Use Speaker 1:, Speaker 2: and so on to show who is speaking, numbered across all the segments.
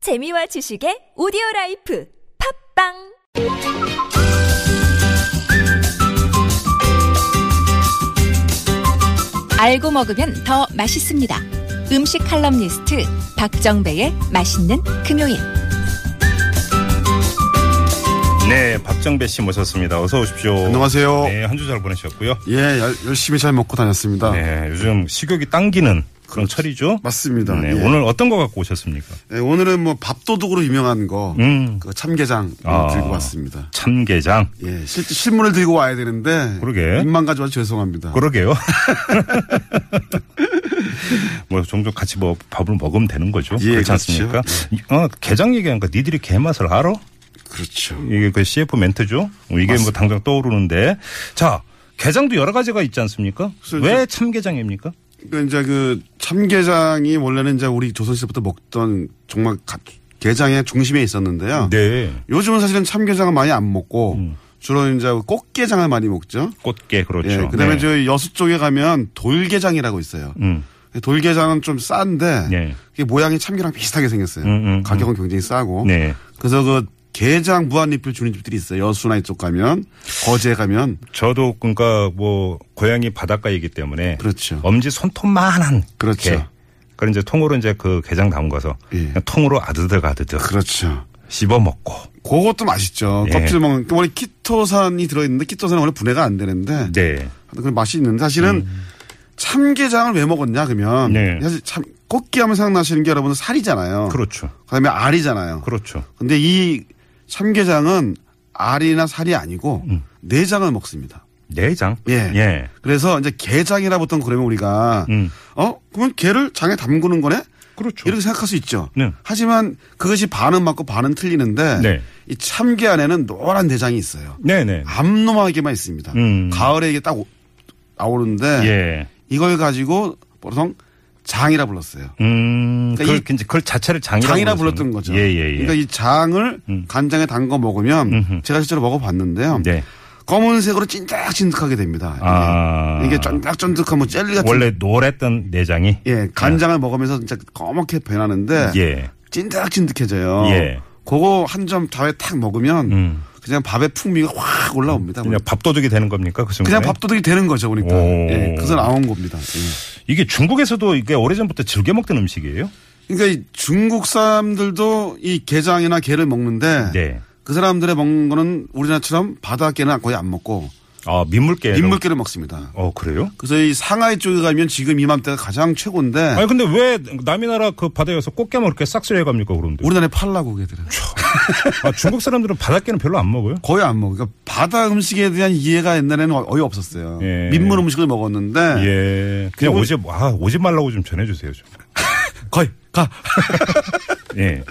Speaker 1: 재미와 지식의 오디오 라이프 팝빵
Speaker 2: 알고 먹으면 더 맛있습니다. 음식 칼럼니스트 박정배의 맛있는 금요일.
Speaker 3: 네, 박정배 씨 모셨습니다. 어서 오십시오.
Speaker 4: 안녕하세요.
Speaker 3: 네, 한 주 잘 보내셨고요.
Speaker 4: 예, 열- 열심히 잘 먹고 다녔습니다.
Speaker 3: 네, 요즘 식욕이 당기는 그런 철이죠.
Speaker 4: 맞습니다.
Speaker 3: 네,
Speaker 4: 예.
Speaker 3: 오늘 어떤 거 갖고 오셨습니까?
Speaker 4: 예, 오늘은 뭐 밥도둑으로 유명한 거,
Speaker 3: 음.
Speaker 4: 그 참게장
Speaker 3: 아.
Speaker 4: 들고 왔습니다.
Speaker 3: 참게장.
Speaker 4: 예, 실, 실물을 들고 와야 되는데.
Speaker 3: 그러게.
Speaker 4: 입만 가져와서 죄송합니다.
Speaker 3: 그러게요. 뭐 종종 같이 뭐 밥을 먹으면 되는 거죠. 그렇지
Speaker 4: 예, 그렇죠.
Speaker 3: 않습니까? 어, 게장 얘기하니까 니들이 게맛을 알아?
Speaker 4: 그렇죠.
Speaker 3: 이게 그 CF 멘트죠. 어, 이게 뭐 당장 떠오르는데. 자, 게장도 여러 가지가 있지 않습니까?
Speaker 4: 그래서
Speaker 3: 왜 참게장입니까?
Speaker 4: 그 이제 그 참게장이 원래는 이제 우리 조선시대부터 먹던 정말 가- 게장의 중심에 있었는데요.
Speaker 3: 네. 음.
Speaker 4: 요즘은 사실은 참게장을 많이 안 먹고 주로 이제 꽃게장을 많이 먹죠.
Speaker 3: 꽃게 그렇죠.
Speaker 4: 예, 그다음에
Speaker 3: 네.
Speaker 4: 저희 여수 쪽에 가면 돌게장이라고 있어요.
Speaker 3: 음.
Speaker 4: 돌게장은 좀 싼데
Speaker 3: 네.
Speaker 4: 이게 모양이 참기랑 비슷하게 생겼어요.
Speaker 3: 음, 음,
Speaker 4: 가격은 굉장히 싸고.
Speaker 3: 네.
Speaker 4: 그래서 그 게장 무한리필 주는 집들이 있어요. 여수나 이쪽 가면 거제 가면
Speaker 3: 저도 그러니까 뭐 고향이 바닷가이기 때문에
Speaker 4: 그렇죠.
Speaker 3: 엄지 손톱만한
Speaker 4: 그렇죠.
Speaker 3: 게. 그걸 이제 통으로 이제 그 게장 담가서
Speaker 4: 예.
Speaker 3: 그냥 통으로 아드득 아드득
Speaker 4: 그렇죠.
Speaker 3: 씹어 먹고.
Speaker 4: 그것도 맛있죠.
Speaker 3: 예.
Speaker 4: 껍질 먹는 그 원래 키토산이 들어있는데 키토산은 원래 분해가 안 되는데
Speaker 3: 네. 음.
Speaker 4: 그 맛이 있는데 사실은 참게장을 왜 먹었냐 그러면
Speaker 3: 네.
Speaker 4: 사실 참 꽃게하면 생각나시는 게 여러분은 살이잖아요.
Speaker 3: 그렇죠.
Speaker 4: 그다음에 알이잖아요.
Speaker 3: 그렇죠.
Speaker 4: 근데 이 참게장은 알이나 살이 아니고
Speaker 3: 음.
Speaker 4: 내장을 먹습니다.
Speaker 3: 네, 내장.
Speaker 4: 예. 그래서 이제 게장이라 보통 그러면 우리가
Speaker 3: 음.
Speaker 4: 어 그러면 게를 장에 담그는 거네
Speaker 3: 그렇죠.
Speaker 4: 이렇게 생각할 수 있죠.
Speaker 3: 네.
Speaker 4: 하지만 그것이 반은 맞고 반은 틀리는데
Speaker 3: 네.
Speaker 4: 이 참게 안에는 노란 대장이 있어요.
Speaker 3: 네네.
Speaker 4: 암노하게만 있습니다.
Speaker 3: 음.
Speaker 4: 가을에 이게 딱 오- 나오는데
Speaker 3: 예.
Speaker 4: 이걸 가지고 보통 장이라 불렀어요.
Speaker 3: 음. 그걸,
Speaker 4: 그러니까
Speaker 3: 그 그걸 자체를 장이라고
Speaker 4: 장이라
Speaker 3: 부르죠.
Speaker 4: 불렀던 거죠.
Speaker 3: 예, 예, 예.
Speaker 4: 그러니까 이 장을 간장에 담궈 먹으면 제가 실제로 먹어봤는데요.
Speaker 3: 네.
Speaker 4: 검은색으로 찐득찐득하게 됩니다. 이게.
Speaker 3: 아.
Speaker 4: 이게 쫀득쫀득한 뭐 젤리 같은.
Speaker 3: 원래 노랬던 네 내장이.
Speaker 4: 예, 간장을 먹으면서 진짜 검게 변하는데
Speaker 3: 예.
Speaker 4: 찐득찐득해져요.
Speaker 3: 예. 음.
Speaker 4: 그거 한 점 밥에 탁 먹으면 그냥 밥의 풍미가 확 올라옵니다.
Speaker 3: 그냥 밥도둑이 되는 겁니까? 그 순간에?
Speaker 4: 그냥 밥도둑이 되는 거죠, 그러니까.
Speaker 3: 오.
Speaker 4: 예, 그래서 나온 겁니다. 예.
Speaker 3: 이게 중국에서도 이게 오래전부터 즐겨 먹던 음식이에요?
Speaker 4: 그러니까 이 중국 사람들도 이 게장이나 게를 먹는데
Speaker 3: 네.
Speaker 4: 그 사람들의 먹는 거는 우리나라처럼 바다게는 거의 안 먹고
Speaker 3: 아, 민물개.
Speaker 4: 민물게를 먹습니다.
Speaker 3: 어, 그래요?
Speaker 4: 그래서 이 상하이 쪽에 가면 지금 이맘때가 가장 최고인데
Speaker 3: 아니, 근데 왜 남이 나라 그 바다에 가서 꽃게만 그렇게 싹쓸이 해갑니까, 그런데?
Speaker 4: 우리나라에 팔라고 걔들은
Speaker 3: 아, 중국 사람들은 바닷게는 별로 안 먹어요?
Speaker 4: 거의 안 먹어. 그러니까 바다 음식에 대한 이해가 옛날에는 어이 없었어요.
Speaker 3: 예.
Speaker 4: 민물 음식을 먹었는데
Speaker 3: 예. 그냥
Speaker 4: 네. 그리고-
Speaker 3: 오지, 아, 오지 말라고 좀 전해주세요, 좀.
Speaker 4: 거의 가.
Speaker 3: 예.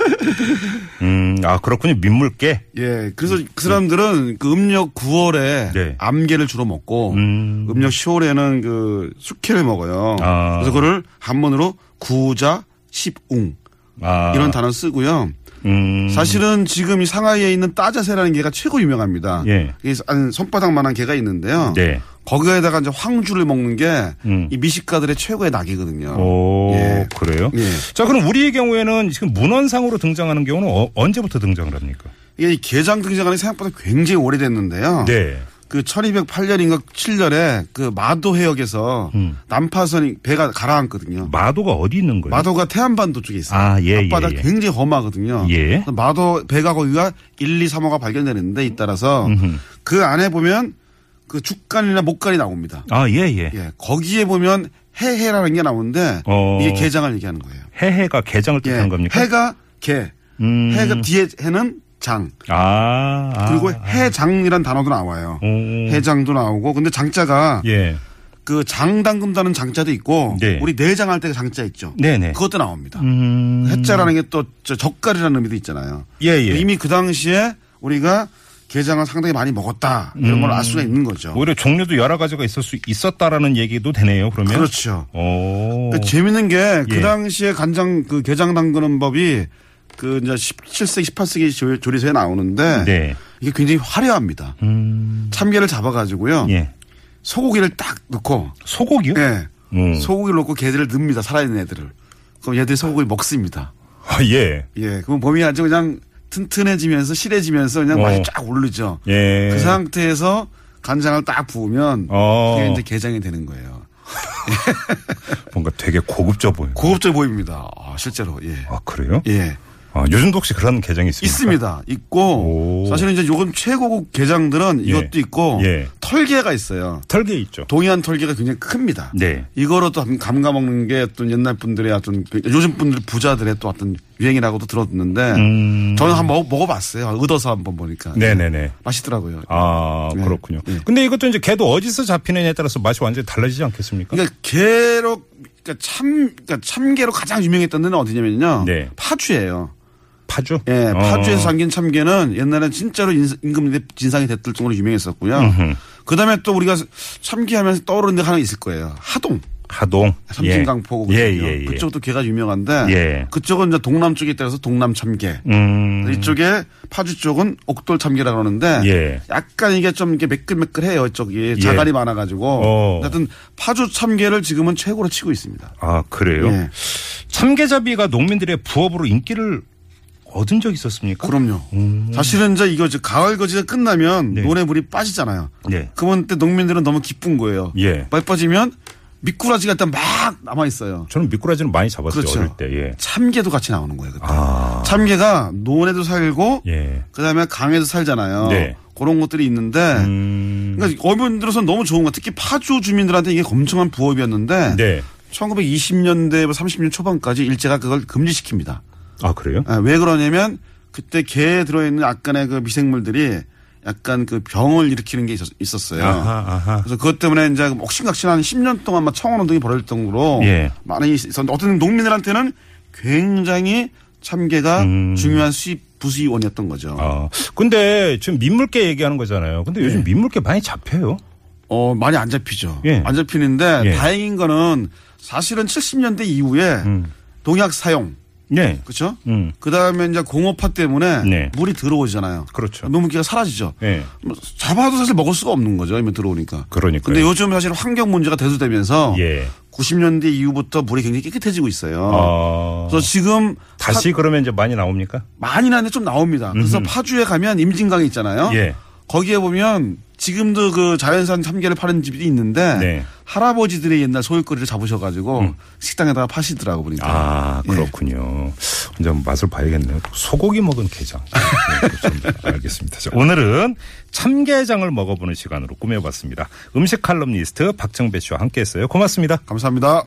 Speaker 3: 음, 아, 그렇군요. 민물개.
Speaker 4: 예, 그래서 그 사람들은 그 음력 9월에
Speaker 3: 네.
Speaker 4: 암게를 주로 먹고
Speaker 3: 음.
Speaker 4: 음. 력 10월에는 그 숙회를 먹어요.
Speaker 3: 아.
Speaker 4: 그래서 그걸 한문으로 구자 십웅
Speaker 3: 아.
Speaker 4: 이런 단어 쓰고요.
Speaker 3: 음.
Speaker 4: 사실은 지금 이 상하이에 있는 따자세라는 게가 최고 유명합니다.
Speaker 3: 예.
Speaker 4: 이게 한 손바닥만한 게가 있는데요.
Speaker 3: 네.
Speaker 4: 거기에다가 이제 황주를 먹는 게 이
Speaker 3: 음.
Speaker 4: 미식가들의 최고의 낙이거든요.
Speaker 3: 오,
Speaker 4: 예.
Speaker 3: 그래요?
Speaker 4: 예.
Speaker 3: 자, 그럼 우리의 경우에는 지금 문헌상으로 등장하는 경우는 어- 언제부터 등장을 합니까?
Speaker 4: 이게 이 게장 등장하는 게 생각보다 굉장히 오래됐는데요.
Speaker 3: 네.
Speaker 4: 그 1208년인가 7년에 그 마도 해역에서
Speaker 3: 음.
Speaker 4: 남파선이 배가 가라앉거든요.
Speaker 3: 마도가 어디 있는 거예요?
Speaker 4: 마도가 태안반도 쪽에 있어요.
Speaker 3: 네. 아, 예, 예,
Speaker 4: 앞바다
Speaker 3: 예.
Speaker 4: 굉장히 험하거든요.
Speaker 3: 예.
Speaker 4: 그래서 마도 배가 거기가 1, 2, 3호가 발견되는 데 따라서 그 안에 보면 그 죽간이나 목간이 나옵니다.
Speaker 3: 아, 예, 예.
Speaker 4: 예. 거기에 보면 해해라는 게 나오는데
Speaker 3: 어.
Speaker 4: 이게 게장을 얘기하는 거예요.
Speaker 3: 해해가 게장을
Speaker 4: 예.
Speaker 3: 뜻하는 겁니까?
Speaker 4: 해가 게.
Speaker 3: 음.
Speaker 4: 해가 뒤에 해는 장.
Speaker 3: 아, 아.
Speaker 4: 그리고 해장이란 단어도 나와요.
Speaker 3: 음.
Speaker 4: 해장도 나오고 근데 장자가
Speaker 3: 예.
Speaker 4: 그 장담금다는 장자도 있고
Speaker 3: 네.
Speaker 4: 우리 내장할 때 장자 있죠.
Speaker 3: 네네.
Speaker 4: 그것도 나옵니다.
Speaker 3: 음.
Speaker 4: 해자라는 게 또 젓갈이라는 의미도 있잖아요.
Speaker 3: 예, 예.
Speaker 4: 이미 그 당시에 우리가 게장을 상당히 많이 먹었다 이런 걸 알 수가
Speaker 3: 음.
Speaker 4: 있는 거죠.
Speaker 3: 오히려 종류도 여러 가지가 있을 수 있었다라는 얘기도 되네요, 그러면.
Speaker 4: 그렇죠.
Speaker 3: 오.
Speaker 4: 그러니까 재밌는 게 그
Speaker 3: 예.
Speaker 4: 당시에 간장 그 게장 담그는 법이 그 이제 17세기 18세기 조리서에 나오는데
Speaker 3: 네. 음.
Speaker 4: 이게 굉장히 화려합니다. 참게를 잡아가지고요
Speaker 3: 예.
Speaker 4: 소고기를 딱 넣고
Speaker 3: 소고기요?
Speaker 4: 예.
Speaker 3: 음.
Speaker 4: 소고기를 넣고 개들을 넣습니다. 살아있는 애들을. 그럼 얘들이 소고기를 먹습니다.
Speaker 3: 아, 예.
Speaker 4: 예, 그럼 몸이 아주 그냥 튼튼해지면서 실해지면서 그냥
Speaker 3: 어.
Speaker 4: 맛이 쫙 오르죠.
Speaker 3: 예.
Speaker 4: 그 상태에서 간장을 딱 부으면
Speaker 3: 어.
Speaker 4: 그게 이제 게장이 되는 거예요.
Speaker 3: 뭔가 되게 고급져 보여요.
Speaker 4: 고급져 보입니다. 아, 실제로 예,
Speaker 3: 아, 그래요?
Speaker 4: 예.
Speaker 3: 아, 요즘도 혹시 그런 게장이 있습니까?
Speaker 4: 있습니다. 있고
Speaker 3: 오.
Speaker 4: 사실은 이제 요건 최고급 게장들은 이것도 있고
Speaker 3: 예.
Speaker 4: 털개가 있어요.
Speaker 3: 털개 있죠.
Speaker 4: 동해안 털개가 굉장히 큽니다.
Speaker 3: 네.
Speaker 4: 이거로 또 한번 감가 먹는 게 또 옛날 분들의 어떤 그 요즘 분들 부자들의 또 어떤 유행이라고도 들었는데 저는 한번 먹- 먹어봤어요. 얻어서 한번 보니까
Speaker 3: 음. 네네네.
Speaker 4: 맛있더라고요.
Speaker 3: 아,
Speaker 4: 네.
Speaker 3: 그렇군요.
Speaker 4: 네.
Speaker 3: 근데 이것도 이제 걔도 어디서 잡히느냐에 따라서 맛이 완전히 달라지지 않겠습니까?
Speaker 4: 그러니까 게로 그러니까 참 그러니까 참게로 가장 유명했던 데는 어디냐면요.
Speaker 3: 네.
Speaker 4: 파주예요.
Speaker 3: 파주?
Speaker 4: 예,
Speaker 3: 어.
Speaker 4: 파주에서 삼긴 참게는 옛날엔 진짜로 인- 임금 진상이 됐을 정도로 유명했었고요. 그 다음에 또 우리가 참기하면서 떠오르는 데가 하나 있을 거예요. 하동.
Speaker 3: 하동.
Speaker 4: 삼진강포구
Speaker 3: 예, 예, 예.
Speaker 4: 그쪽도 게가 유명한데
Speaker 3: 예.
Speaker 4: 그쪽은 이제 동남쪽에 따라서 동남참게
Speaker 3: 음.
Speaker 4: 이쪽에 파주 쪽은 옥돌참게라 그러는데
Speaker 3: 예.
Speaker 4: 약간 이게 좀 이렇게 매끌매끌해요 이쪽이 자갈이 많아가지고
Speaker 3: 어.
Speaker 4: 하여튼 파주 참게를 지금은 최고로 치고 있습니다.
Speaker 3: 아, 그래요?
Speaker 4: 예.
Speaker 3: 참게잡이가 농민들의 부업으로 인기를 얻은 적 있었습니까?
Speaker 4: 그럼요.
Speaker 3: 음.
Speaker 4: 사실은 이제 이거 이제 가을 거지가 끝나면 논에 물이 빠지잖아요.
Speaker 3: 네.
Speaker 4: 그러면 때 농민들은 너무 기쁜 거예요.
Speaker 3: 예.
Speaker 4: 물 빠지면 미꾸라지가 일단 막 남아 있어요.
Speaker 3: 저는 미꾸라지는 많이 잡았어요,
Speaker 4: 그렇죠.
Speaker 3: 어릴 때. 예.
Speaker 4: 참게도 같이 나오는 거예요. 그때.
Speaker 3: 아.
Speaker 4: 참게가 논에도 살고
Speaker 3: 예.
Speaker 4: 그다음에 강에도 살잖아요.
Speaker 3: 네.
Speaker 4: 그런 것들이 있는데
Speaker 3: 음.
Speaker 4: 그러니까 어민들로서는 너무 좋은 거 특히 파주 주민들한테 이게 엄청난 부업이었는데
Speaker 3: 네.
Speaker 4: 1920년대 30년 초반까지 일제가 그걸 금지시킵니다.
Speaker 3: 아, 그래요?
Speaker 4: 아, 왜 그러냐면 그때 개에 들어있는 약간의 그 미생물들이 약간 그 병을 일으키는 게 있었, 어요
Speaker 3: 아하, 아하.
Speaker 4: 그래서 그것 때문에 이제 옥신각신 한 10년 동안 막 청원 운동이 벌어질 정도로
Speaker 3: 예.
Speaker 4: 많이 있었는데 어떤 농민들한테는 굉장히 참개가 중요한 수입 부수입원이었던 거죠.
Speaker 3: 음. 아, 근데 지금 민물개 얘기하는 거잖아요. 근데 요즘
Speaker 4: 네.
Speaker 3: 민물개 많이 잡혀요.
Speaker 4: 어, 많이 안 잡히죠.
Speaker 3: 예.
Speaker 4: 안 잡히는데
Speaker 3: 예.
Speaker 4: 다행인 거는 사실은 70년대 이후에 동약 사용
Speaker 3: 네.
Speaker 4: 그렇죠?
Speaker 3: 음.
Speaker 4: 그다음에 이제 공업화 때문에
Speaker 3: 네.
Speaker 4: 물이 들어오잖아요.
Speaker 3: 그렇죠.
Speaker 4: 노무기가 사라지죠.
Speaker 3: 예.
Speaker 4: 뭐 잡아도 사실 먹을 수가 없는 거죠. 이미 들어오니까.
Speaker 3: 그러니까요.
Speaker 4: 근데 요즘 사실 환경 문제가 대두되면서
Speaker 3: 예.
Speaker 4: 90년대 이후부터 물이 굉장히 깨끗해지고 어. 있어요.
Speaker 3: 아.
Speaker 4: 그래서 지금
Speaker 3: 다시 그러면 이제 많이 나옵니까?
Speaker 4: 많이 나는데 좀 나옵니다. 그래서 파주에 가면 임진강이 있잖아요.
Speaker 3: 예.
Speaker 4: 거기에 보면 지금도 그 자연산 참게를 파는 집이 있는데
Speaker 3: 네. 음.
Speaker 4: 할아버지들의 옛날 소일거리를 잡으셔가지고 식당에다가 예. 파시더라고 보니까.
Speaker 3: 아, 그렇군요. 이제 한번 맛을 봐야겠네요. 소고기 먹은 게장. 네, 그렇습니다. 알겠습니다. 자, 오늘은 참게장을 먹어보는 시간으로 꾸며봤습니다. 음식 칼럼니스트 박정배 씨와 함께 했어요. 고맙습니다.
Speaker 4: 감사합니다.